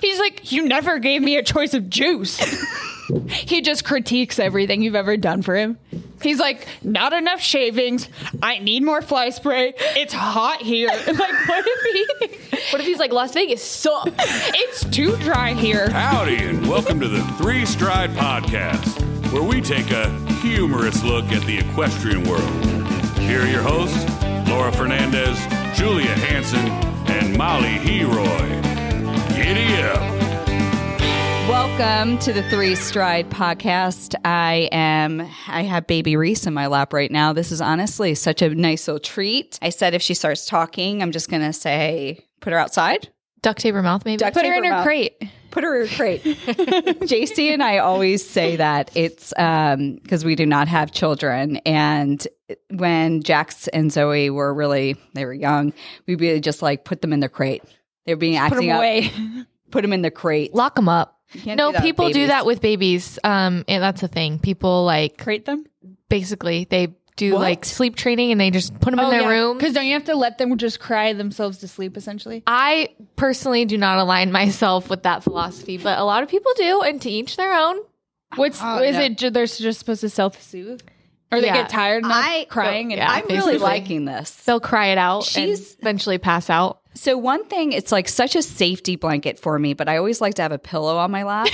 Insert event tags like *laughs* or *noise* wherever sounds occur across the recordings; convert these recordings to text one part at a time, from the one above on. He's like, you never gave me a choice of juice. he just critiques everything you've ever done for him. He's like, not enough shavings. I need more fly spray. It's hot here. *laughs* Like, what if he? *laughs* What if he's like Las Vegas sucks? *laughs* It's too dry here. Howdy, and welcome to the Three Stride Podcast, where we take a humorous look at the equestrian world. Here are your hosts, Laura Fernandez, Julia Hansen, and Molly Heroy. Giddy up! Welcome to the Three Stride podcast. I am I have baby Reese in my lap right now. This is honestly such a nice little treat. I said if she starts talking, I'm just going to say put her outside. Duct tape her mouth, maybe. Duct Put her tape in her mouth. crate. Put her in her crate. *laughs* JC and I always say that it's um because we do not have children and when Jax and Zoe were really they were young, we really just like put them in their crate. They were being Put acting him up. away. Put them in the crate. Lock them up. can't no, do that with people do babies. that with babies. Um, and that's a thing. People like Crate them. basically they do What? Oh, like sleep training and they just put them in their room. Ah, Because don't you have to let them just cry themselves to sleep essentially? I personally do not align *laughs* myself with that philosophy, but a lot of people do, and to each their own. What's Oh, is no. it? ju- They're just supposed to self soothe, or they Yeah. get tired enough I- crying and yeah. I'm really *laughs* basically. liking this. They'll cry it out She's- and eventually pass out. So one thing, it's like such a safety blanket for me, but I always like to have a pillow on my *laughs* lap.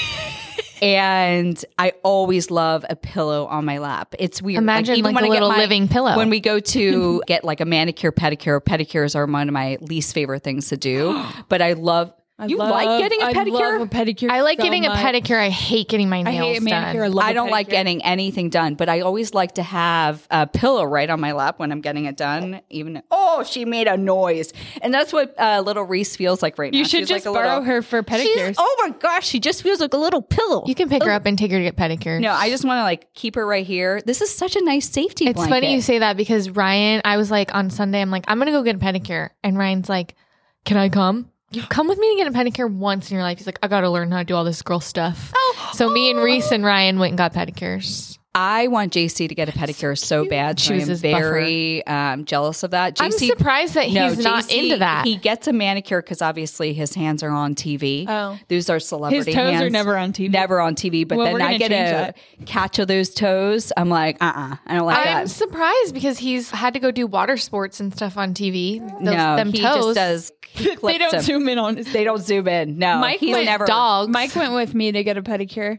and I always love a pillow on my lap. It's weird. Imagine, like, when a I get little living pillow. When we *laughs* go to get like a manicure, pedicure, pedicures are one of my least favorite things to *gasps* do. But I love you like getting a I pedicure? love a pedicure. I like so getting much. a pedicure. I hate getting my I nails hate a manicure. I, done. love I a don't like pedicure. getting anything done, but I always like to have a pillow right on my lap when I'm getting it done. Even oh, she made a noise, and that's what uh, little Reese feels like right now. You should She's just like a borrow little- her for She's- pedicures. oh my gosh, she just feels like a little pillow. You can pick her up and take her to get pedicures. Oh. no, I just want to like keep her right here. This is such a nice safety. It's blanket. funny you say that because Ryan, I was like on Sunday, I'm like, I'm gonna go get a pedicure, and Ryan's like, Can I come? *gasps* You've come with me to get a pedicure once in your life. He's like, I gotta learn how to do all this girl stuff. Oh, so me and Reese and Ryan went and got pedicures. I want JC to get a pedicure so, bad. So She was I'm his very um, jealous of that. JC, I'm surprised that he's no, not JC, into that. He gets a manicure because obviously his hands are on TV. Oh. those are celebrity. toes are hands. never on TV. Never on TV. But Well, then we're gonna I get change a catch of those toes. I'm like, uh, uh I don't like I'm that. surprised because he's had to go do water sports and stuff on TV. Those, no, them he *laughs* just toes. does. He They clips don't them. zoom in on. *laughs* They They don't zoom in. No, Mike he's went never. dogs. Mike went with me to get a pedicure,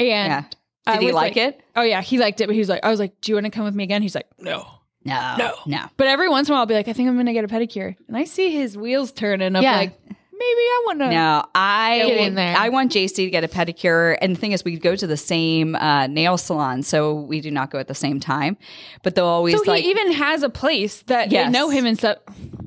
and Yeah. Did I he was like, it? Oh yeah, he liked it, but he was like, I was like, do you want to come with me again? He's like, no. No, no, Oh, no. But every once in a while, I'll be like, I think I'm gonna get a pedicure, and I see his wheels turning. I'm Yeah. like, maybe I want to. No, Get I in there. I want JC to get a pedicure, and the thing is, we go to the same uh, nail salon, so we do not go at the same time. But they'll always So he like, even has a place that Yes. they know him and stuff.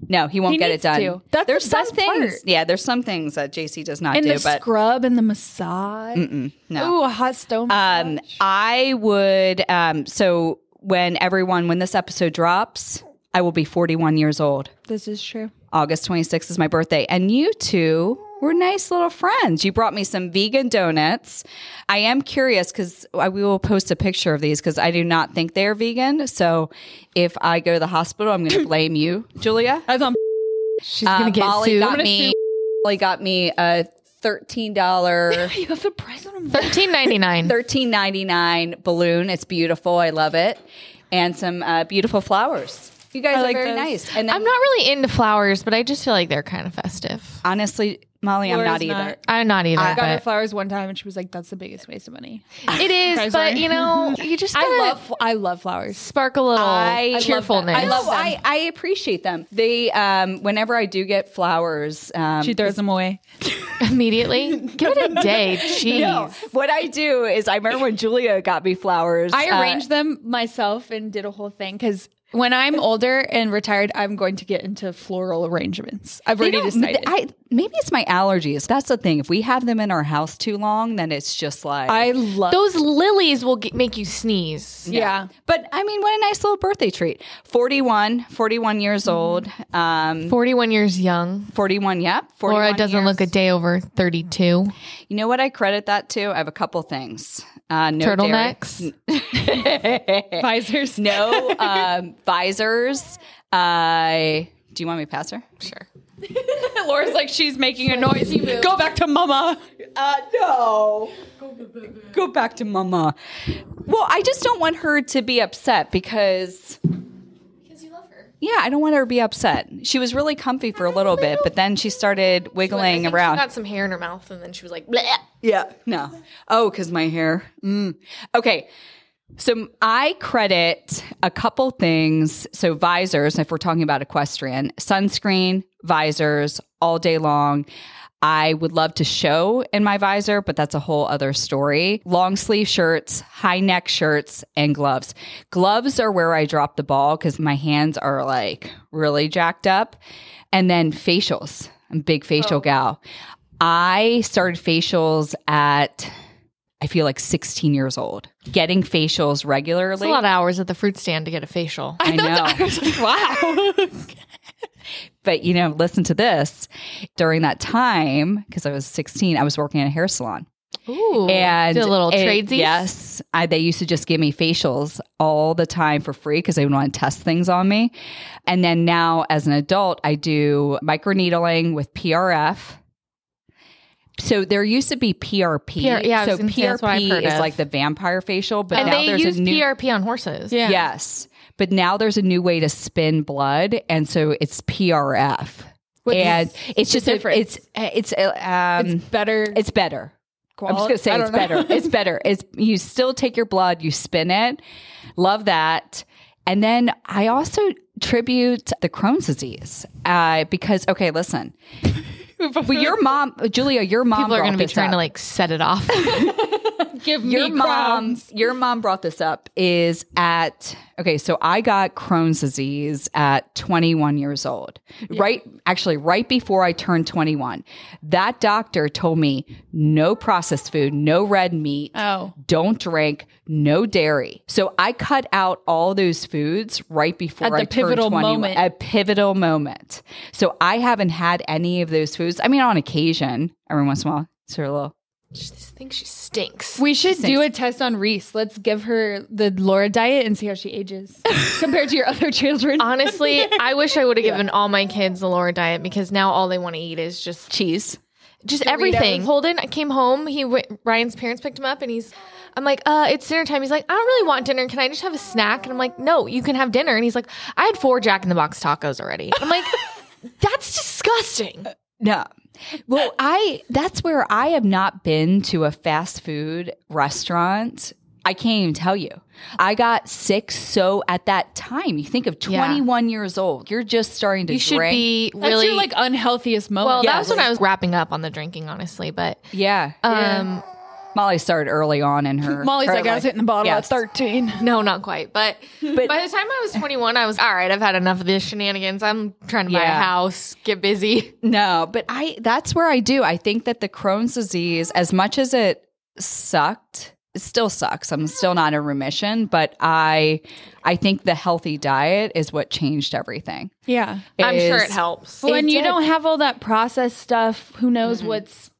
no, he won't he get it needs done. to. That's there's the some best things, part. yeah, there's some things that JC does not And do, the but scrub and the massage. no. Ooh, a hot stone massage. um, I would. Um, so when everyone, when this episode drops, I will be 41 years old. this is true. August 26th is my birthday. And you two were nice little friends. You brought me some vegan donuts. I am curious because I we will post a picture of these because I do not think they are vegan. So if I go to the hospital, I'm *clears throat* going to blame you, Julia. I was on *laughs* She's Uh, gonna get Molly sued. *laughs* got me. Molly got me a *laughs* thirteen dollar. you have a present *laughs* on Thirteen ninety nine. Thirteen ninety nine balloon. It's beautiful. I love it, and some uh, beautiful flowers. You guys I are like very those. nice. And then, I'm not really into flowers, but I just feel like they're kind of festive. honestly, Molly, I'm Laura's not either. not. I'm not either. I got her but flowers one time and she was like, that's the biggest waste of money. *laughs* it Guys, is, but sorry. you know, you just gotta I love I love flowers. spark a little I love cheerfulness. I love. I, I appreciate them. They um, whenever I do get flowers, um, She throws them away. *laughs* immediately. Give it a day. *laughs* Jeez. no, what I do is I remember when Julia got me flowers. I uh, arranged them myself and did a whole thing because when I'm older and retired, I'm going to get into floral arrangements. I've they already don't- decided. I, I, maybe it's my allergies. That's the thing. If we have them in our house too long, then it's just like love Those lilies will get, make you sneeze. Yeah. But I mean, what a nice little birthday treat. 41, 41 Mm-hmm. years old. Um, 41 years young. 41, yep. 41 Laura doesn't look a years. day over 32. You know what I credit that to? I have a couple things. Uh, no dairy. Turtlenecks. Advisors. *laughs* no um, visors. Uh, do you want me to pass her? Sure. *laughs* Laura's like she's making a noise. Go back to mama. Uh, no. Go back to mama. Well, I just don't want her to be upset because, Because you love her. yeah, I don't want her to be upset. She was really comfy for a little bit, but then she started wiggling around. She got some hair in her mouth, and then she was like, Bleh. Yeah. No. Oh, because my hair. Mm. Okay. So I credit a couple things. So visors, if we're talking about equestrian, sunscreen, visors all day long. I would love to show in my visor, but that's a whole other story. Long sleeve shirts, high neck shirts, and gloves. Gloves are where I drop the ball because my hands are like really jacked up. And then facials. I'm a big facial gal. I started facials at I feel like 16 years old. Getting facials It's a regularly. lot of hours at the fruit stand to get *laughs* a facial. *laughs* I know. Wow. But you know, listen to this. During that time, because I was 16, I was working in a hair salon. Ooh, And did a little it- tradesy. Yes. I, they used to just give me facials all the time for free because they would want to test things on me. And then now as an adult, I do microneedling with PRF. So there used to be PRP. PR yeah, I so was gonna say that's what I've PRP heard is of. like the vampire facial, but and now they there's use a new PRP on horses. Yeah. Yes. But now there's a new way to spin blood, and so it's PRF, What's and it's the just a, difference? it's it's uh, um, it's better. it's better. I'm just gonna say I don't it's know. better. *laughs* It's better. It's you still take your blood, you spin it. Love that. And then I also tribute the Crohn's disease uh, because okay, *laughs* listen, well, your mom, Julia, your mom. People are going to brought be this trying up to like set it *laughs* off. give me your mom crowns. your mom brought this up is at okay so i got crohn's disease at 21 years old right actually right before i turned 21 that doctor told me no processed food no red meat Oh. don't drink no dairy so i cut out all those foods right before At the I turned pivotal 21, moment. a pivotal moment so i haven't had any of those foods i mean on occasion every once in a while sort of a little she just thinks she stinks. We should do a test on Reese. Let's give her the Laura diet and see how she ages compared to your other children. Honestly, I wish I would have given all my kids the Laura diet because now all they want to eat is just cheese just everything. Holden came home. He went, Ryan's parents picked him up, and he's. I'm like, uh, it's dinner time. He's like, I don't really want dinner. Can I just have a snack? And I'm like, No, you can have dinner. And he's like, I had four Jack in the Box tacos already. I'm *laughs* like, That's disgusting. No. Well, I that's where I have not been to a fast food restaurant. I can't even tell you. I got sick so at that time. You think of Yeah. 21 years old. You're just starting to You should drink. be That's really your like unhealthiest moment. Well, Yeah, oh, that was when I was wrapping up on the drinking, honestly. But yeah. um, Molly started early on in her uh, *laughs* Molly's her like, I was life. hitting the bottle Yes. at 13. no, not quite. *laughs* But, by the time I was 21, I was all right. I've had enough of this shenanigans. I'm trying to buy Yeah. a house, get busy. No, but I that's where I do. I think that the Crohn's disease, as much as it sucked, it still sucks. I'm still not in remission, but I I think the healthy diet is what changed everything. Yeah. I'm sure Is- it helps. Well, and you did. don't have all that processed stuff. Who knows what's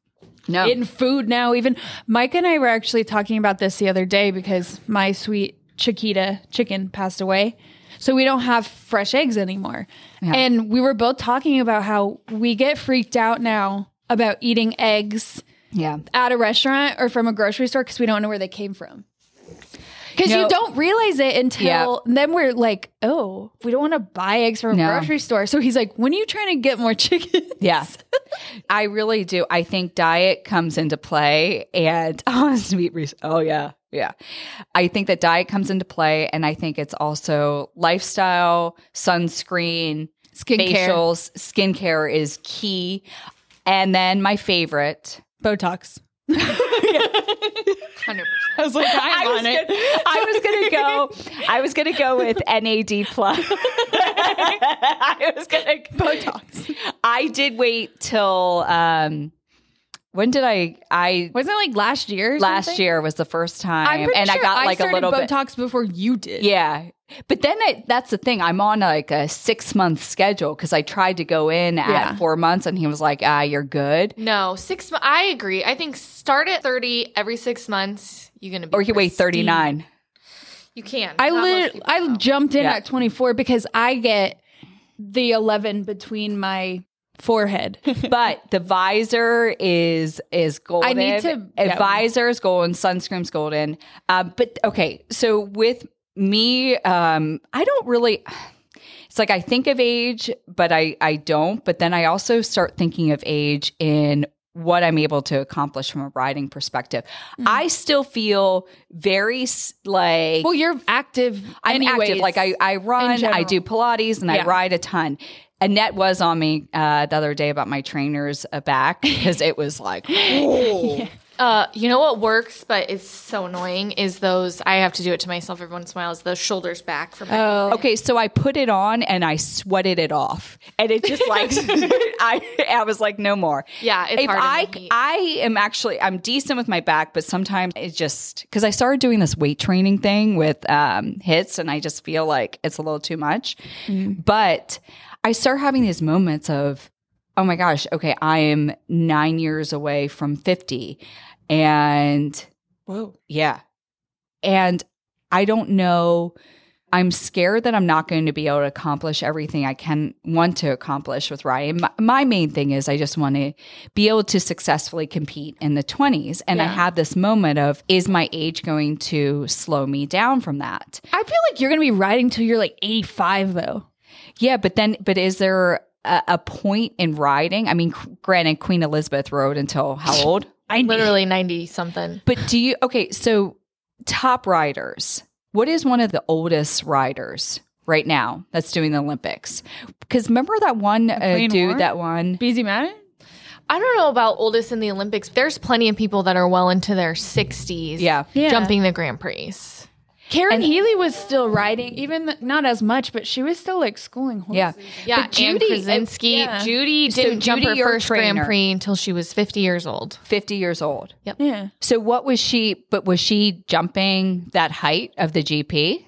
No. in food now? Even Mike and I were actually talking about this the other day because my sweet Chiquita chicken passed away. So we don't have fresh eggs anymore. And we were both talking about how we get freaked out now about eating eggs yeah. at a restaurant or from a grocery store because we don't know where they came from. Because No. you don't realize it until Yeah. then we're like, oh, we don't want to buy eggs from a No. grocery store. So he's like, when are you trying to get more chicken? *laughs* Yeah. I really do. I think diet comes into play and *laughs* oh, sweet Reese. Oh yeah. Yeah. I think that diet comes into play and I think it's also lifestyle, sunscreen, facials, skincare is key. And then my favorite. Botox. 100%. I was like, I'm I was, gonna, I was gonna go. *laughs* I was gonna go with NAD plus. *laughs* I was gonna Botox. I did wait till um, when did I? I Wasn't it like last year? or last something? year was the first time I'm pretty and sure i got like a started little bit Botox before you did. yeah but then I, that's the thing i'm on like a six month schedule because i tried to go in at Yeah. four months and he was like ah you're good No, six months. I agree. I think start at 30 every six months. You're going to be. or you wait pristine. 39 You can. I Not most lit- people, I though. jumped in Yeah. at 24 because I get the 11 between my *laughs* forehead. but the visor is is golden. need to- A yeah. visor is golden. Sunscreen's golden. Um, but okay, so with me, um, I don't really. It's like I think of age, but I I don't. But then I also start thinking of age in what I'm able to accomplish from a riding perspective. I still feel very s- like Mm-hmm. well, you're active. I'm active. anyways. Like I, I run, I general. do Pilates, and I Yeah. ride a ton. Annette was on me uh, the other day about my trainer's uh, back because it was like, Uh, you know what works, but it's so annoying is those. I have to do it to myself every once in a while. Is the shoulders back from my Oh. okay, so I put it on and I sweated it off, and it just *laughs* like *laughs* I, I was like, no more. Yeah, it's if hard in the I, heat. I am actually I'm decent with my back, but sometimes it just because I started doing this weight training thing with um, hits, and I just feel like it's a little too much. Mm-hmm. But I start having these moments of, oh my gosh, okay, I am nine years away from fifty, and Whoa. yeah. And I don't know. I'm scared that I'm not going to be able to accomplish everything I can want to accomplish with riding. My, my main thing is I just want to be able to successfully compete in the 20s. And I Yeah. had this moment of, is my age going to slow me down from that? I feel like you're gonna be riding till you're like 85 though. Yeah, but then, but is there a, a point in riding? I mean, granted, Queen Elizabeth rode until how old? I literally ninety something. But do you okay, so top riders. What is one of the oldest riders right now that's doing the Olympics? Cuz remember that one uh, Wayne dude Warren? that one BZ Madden. I don't know about oldest in the Olympics. There's plenty of people that are well into their sixties. Yeah. Yeah. jumping the Grand Prix. Karen Healy was still riding, even th- not as much, but she was still like schooling horses. Yeah. Yeah, But Anne Judy- Krasinski. uh, yeah. Judy didn't jump Judy, her your first trainer. Grand Prix until she was 50 years old. 50 years old. Yeah. So what was she but was she jumping that height of the GP?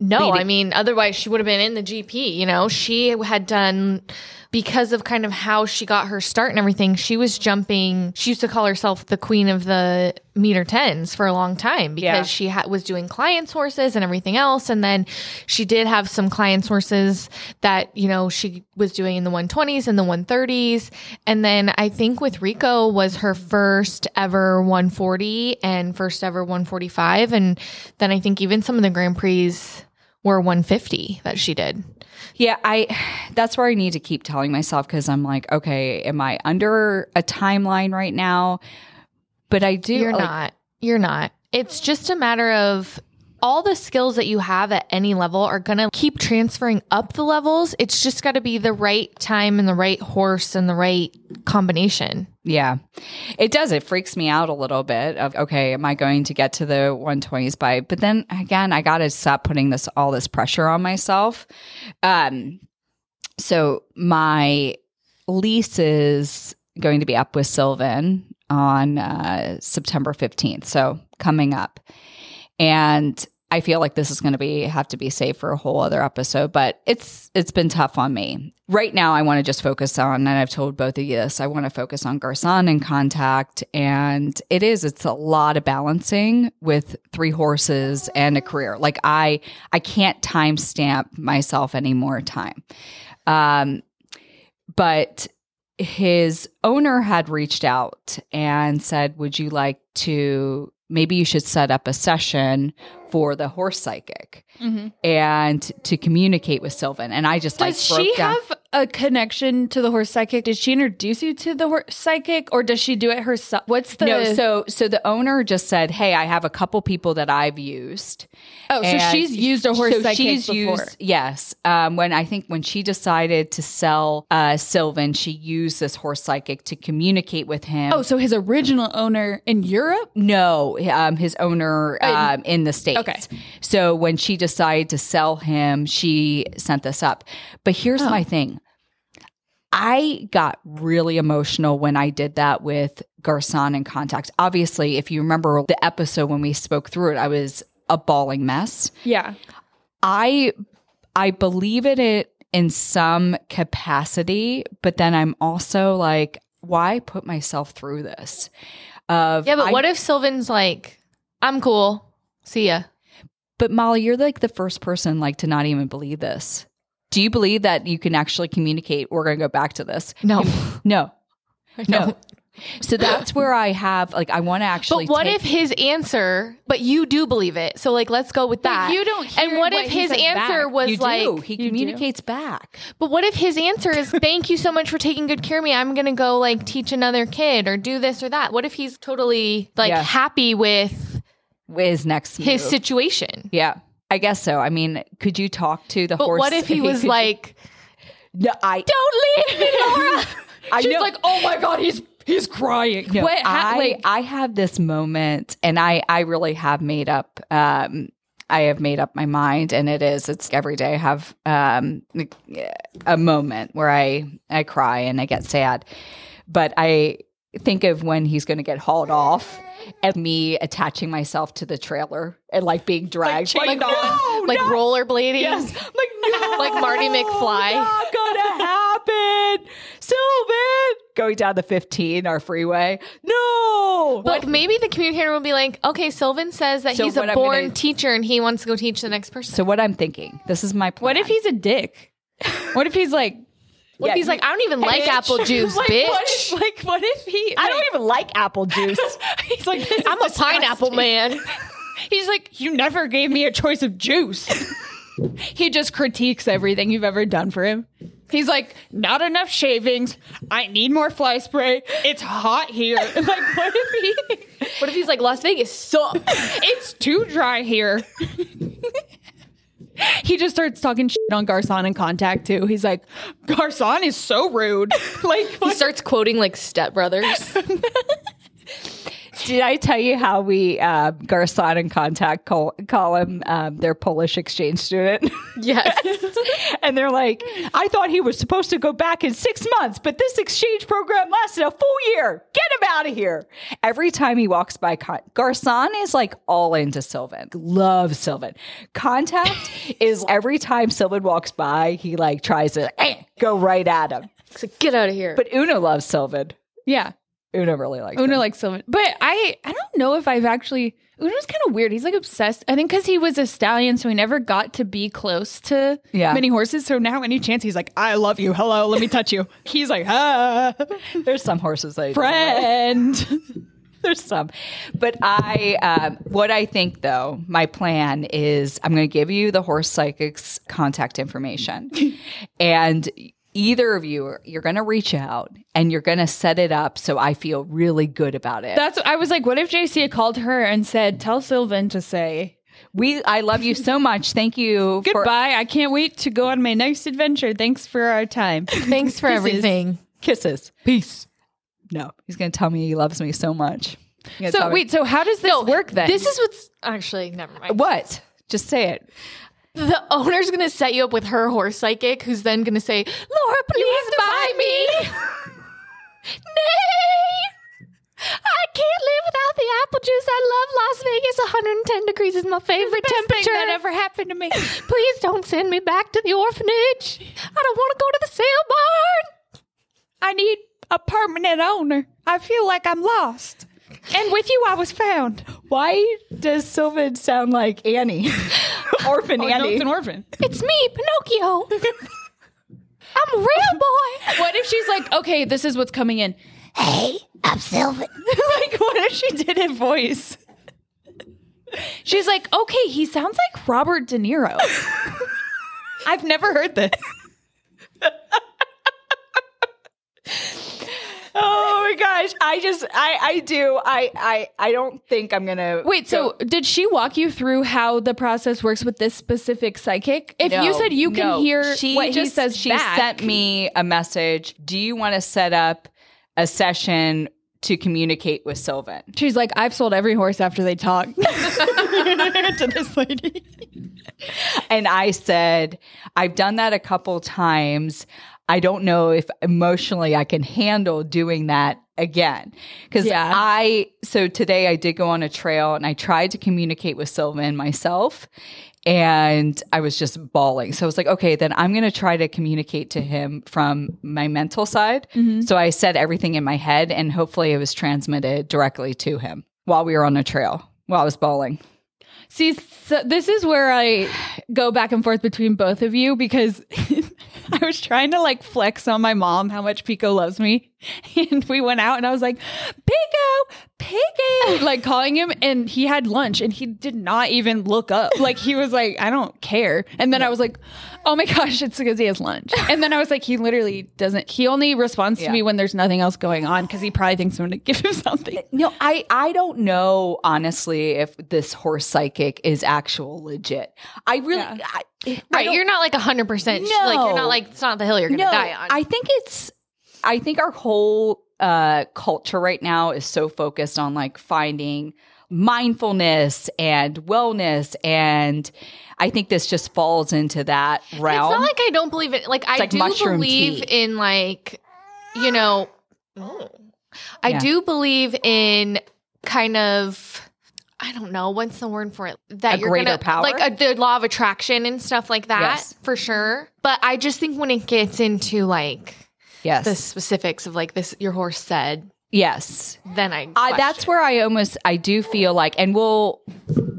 No, Leading- I mean, otherwise she would have been in the GP. You know, she had done because of kind of how she got her start and everything. She was jumping. She used to call herself the queen of the meter tens for a long time because Yeah. she ha- was doing clients' horses and everything else. And then she did have some clients' horses that you know she was doing in the one twenties and the one thirties. And then I think with Rico was her first ever one forty and first ever one forty five. And then I think even some of the Grand Prix were one fifty that she did. Yeah, I *sighs* that's where I need to keep telling myself cuz I'm like, okay, am I under a timeline right now? But I do You're like, not. You're not. It's just a matter of all the skills that you have at any level are going to keep transferring up the levels. It's just got to be the right time and the right horse and the right combination. Yeah. It does. It freaks me out a little bit of okay, am I going to get to the 120s by but then again, I got to stop putting this all this pressure on myself. Um so my lease is going to be up with Sylvan on uh September 15th. So coming up. And I feel like this is going to be have to be saved for a whole other episode, but it's it's been tough on me. Right now I want to just focus on and I've told both of you this, I want to focus on Garcon and contact and it is it's a lot of balancing with three horses and a career. Like I I can't time stamp myself any more time. Um but his owner had reached out and said, Would you like to maybe you should set up a session for the horse psychic and to communicate with Sylvan? And I just like Mm-hmm. Does broke she down. have a connection to the horse psychic? Did she introduce you to the horse psychic, or does she do it herself? What's the no, so so the owner just said, "Hey, I have a couple people that I've used." oh? So And she's used a horse so psychic she's before. used- yes. Um, when I think when she decided to sell uh, Sylvan, she used this horse psychic to communicate with him. oh, so his original owner in Europe. No, um, his owner Uh, um, in the States. okay. So when she decided to sell him, she sent this up. But here's Oh. my thing I got really emotional when I did that with Garcon and Contact. Obviously, if you remember the episode when we spoke through it, I was a bawling mess. Yeah. I I believe in it in some capacity, but then I'm also like, why put myself through this? Of Yeah, but I- what if Sylvan's like, I'm cool. See ya. But Molly, you're like the first person like to not even believe this. Do you believe that you can actually communicate? We're going to go back to *sighs* this. No. *laughs* No. No. don't. So that's where I have like I want to actually But what take- if his answer? But you do believe it, so like let's go with that. you don't And hear what, what if he his says answer back. was you like? do. He communicates back. But what if his answer *laughs* is, "Thank you so much for taking good care of me. I'm gonna go like teach another kid or do this or that." What if he's totally like Yeah. happy with Is next move. his situation? Yeah. I guess so. I mean, could you talk to the But horse? what if he *laughs* *laughs* was like, no, I "Don't leave me, Laura." I She's know- like, oh my god, he's he's crying. No, What ha- I, like- I have this moment and I, I really have made up um I have made up my mind and it is it's every day I have um a moment where I I cry and I get sad. But I think of when he's going to get hauled off and me attaching myself to the trailer and like being dragged *laughs* like *laughs* by dogs. roll- like rollerblading. I'm *laughs* like no, Like Marty McFly. not gonna happen, Sylvan. Going down the 15, our freeway. No, But maybe the communicator will be like, okay, Sylvan says that So he's a what I'm born gonna- teacher and he wants to go teach the next person. So what I'm thinking, this is my plan. What if he's a dick? What if he's like, What if he's like, I don't even like bitch? apple *laughs* *laughs* juice, Like, bitch. What if, like, what if he? I don't even like apple juice. *laughs* He's like, this is I'm a disgusting. pineapple man. He's like, you never gave me a choice of *laughs* juice. he just critiques everything you've ever done for him. He's like, not enough shavings. I need more fly spray. It's hot here. *laughs* like, what if he? What if he's like, Las Vegas sucks? It's too dry here. *laughs* he just starts talking shit on Garcon and Contact too. He's like, Garcon is so rude. *laughs* like, he what? starts quoting like Step Brothers. Did I tell you how we uh, Garcon and Contact call, call him um, their Polish exchange student? *laughs* *laughs* *laughs* Yes. and they're like, I thought he was supposed to go back in six months, but this exchange program lasted a full year. Get him out of here. Every time he walks by, Con- Garcon is like all into Sylvan, loves Sylvan. Contact is every time Sylvan walks by, he like tries to eh, go right at him. So get out of here. But Una loves Sylvan. yeah. Una really likes Una him. likes Sylvan, but I I don't know if I've actually Una's kind of weird. He's like obsessed. I think because he was a stallion, so he never got to be close to Yeah. many horses. So now any chance he's like, I love you. Hello, let me touch *laughs* you. He's like, ah, There's some horses that he doesn't like. friend. *laughs* There's some, but I um, what I think though my plan is I'm going to give you the horse psychic's contact *laughs* information, and either of you are, you're going to reach out and you're going to set it up so I feel really good about it. That's I was like, what if JC had called her and said, tell Sylvan to say we I love you so much. Thank *laughs* you. for- goodbye. I can't wait to go on my next adventure. Thanks for our time. Thanks for everything. kisses. Peace. No, he's going to tell me he loves me so much. He's gonna tell So me- wait, so how does this work then? This is what's actually never mind. what? Just say it. The owner's gonna set you up with her horse psychic, who's then gonna say, "Laura, please buy me." *laughs* Nay, I can't live without the apple juice. I love Las Vegas. 110 degrees is my favorite temperature. that ever happened to me. please don't send me back to the orphanage. I don't want to go to the sale barn. I need a permanent owner. I feel like I'm lost. And with you, I was found. Why does Sylvan sound like Annie? *laughs* Oh, Orphan Annie. orphan. It's me, Pinocchio. I'm a real boy. What if she's like, okay, this is what's coming in? Hey, I'm Sylvan. *laughs* like, what if she did it voice? She's like, okay, he sounds like Robert De Niro. I've never heard this. Oh my gosh! I just, I, I do, I, I, I don't think I'm gonna. Wait, so did she walk you through how the process works with this specific psychic? If you No, said you can no. hear She what he just- says she back, sent me a message. Do you want to set up a session to communicate with Sylvan? she's like, I've sold every horse after they talk to this lady. And I said, I've done that a couple times. I don't know if emotionally I can handle doing that again. Because Yeah. I, so today I did go on a trail and I tried to communicate with Sylvan myself and I was just bawling. So I was like, okay, then I'm going to try to communicate to him from my mental side. So I said everything in my head and hopefully it was transmitted directly to him while we were on a trail, while I was bawling. See, so this is where I go back and forth between both of you because *laughs* I was trying to like flex on my mom how much Pico loves me. *laughs* And we went out and I was like, Pico, Pico, like calling him. And he had lunch and he did not even look up. Like he was like, I don't care. And then I was like, oh my gosh, it's because he has lunch. And then I was like, he literally doesn't, he only responds to Yeah. me when there's nothing else going on because he probably thinks I'm going to *laughs* give him something. No, I I don't know honestly if this horse psychic is actual legit. I really Yeah. I, I Right, don't- you're not like hundred percent. Like you're No. not like it's not the hill you're gonna no, die on. I think it's I think our whole uh culture right now is so focused on like finding mindfulness and wellness and I think this just falls into that it's realm. not like I don't believe it. Like I like do mushroom believe tea. in like you know, I Yeah. do believe in kind of. I don't know what's the word for it that A you're greater gonna power? like a, the law of attraction and stuff like that Yes. for sure. But I just think when it gets into like yes. the specifics of like this, your horse said, yes. then I I, question. that's where I almost I do feel like, and we'll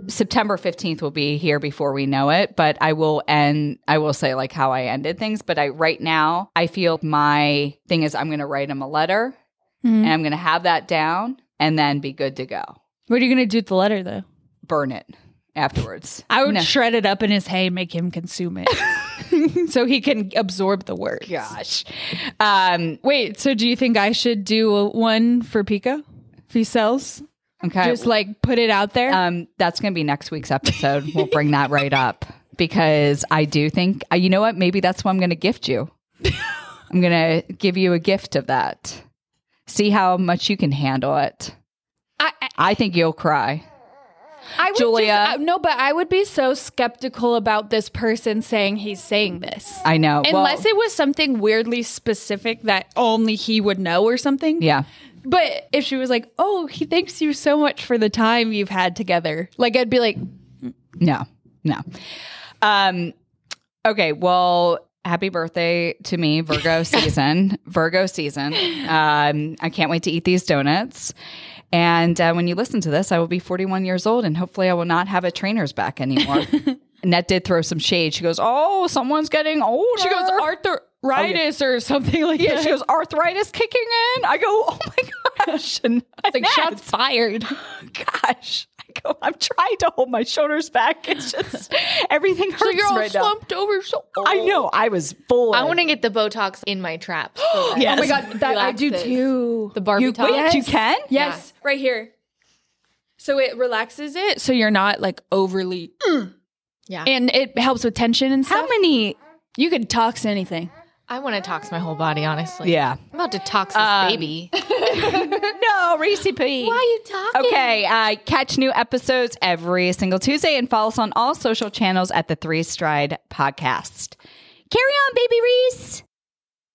September fifteenth will be here before we know it. But I will end. I will say like how I ended things. But I right now I feel my thing is I'm going to write him a letter and I'm going to have that down and then be good to go. What are you going to do with the letter though? Burn it afterwards. I would No. shred it up in his hay and make him consume it *laughs* so he can absorb the words. Gosh. Um, Wait, so do you think I should do a one for Pico? If he sells? okay. Just like put it out there? *laughs* um, that's going to be next week's episode. we'll bring that right up because I do think, uh, you know what? Maybe that's what I'm going to *laughs* gift you. I'm going to give you a gift of that. See how much you can handle it. I, I, I think you'll cry. I would Julia. Just, I- no, but I would be so skeptical about this person saying he's saying this. I know. Uh, Well, Unless it was something weirdly specific that only he would know or something. yeah. But if she was like, oh, he thanks you so much for the time you've had together, like I'd be like, No, no. Um, okay. Well, happy birthday to *laughs* me, Virgo season. Virgo season. Um, I can't wait to eat these donuts. And uh, when you listen to this, I will be 41 years old and hopefully I will not have a trainer's back *laughs* anymore. Annette did throw some shade. She goes, Oh, someone's getting older. she goes, arthritis or something like Yeah, that. she goes, arthritis kicking in. I go, oh my gosh. *laughs* And like, shots fired. *laughs* gosh. I go, I'm trying to hold my shoulders back. *laughs* It's just everything hurts So you're all right now. slumped over. So oh. I know. I was full. I want to get the Botox in my *gasps* traps. so that Oh my god, it that I do relaxes. too. The Barbie You, top. wait, you can? yes, right here. So it relaxes it, so you're not like overly, Yeah. and it helps with tension and stuff. How many? You could tox anything. I want to tox my whole body, honestly. Yeah. Uh, I'm about to tox this baby. *laughs* No, recipe. you talking? Okay, uh, catch new episodes every single Tuesday and follow us on all social channels at the Three Stride Podcast. Carry on, baby Reese.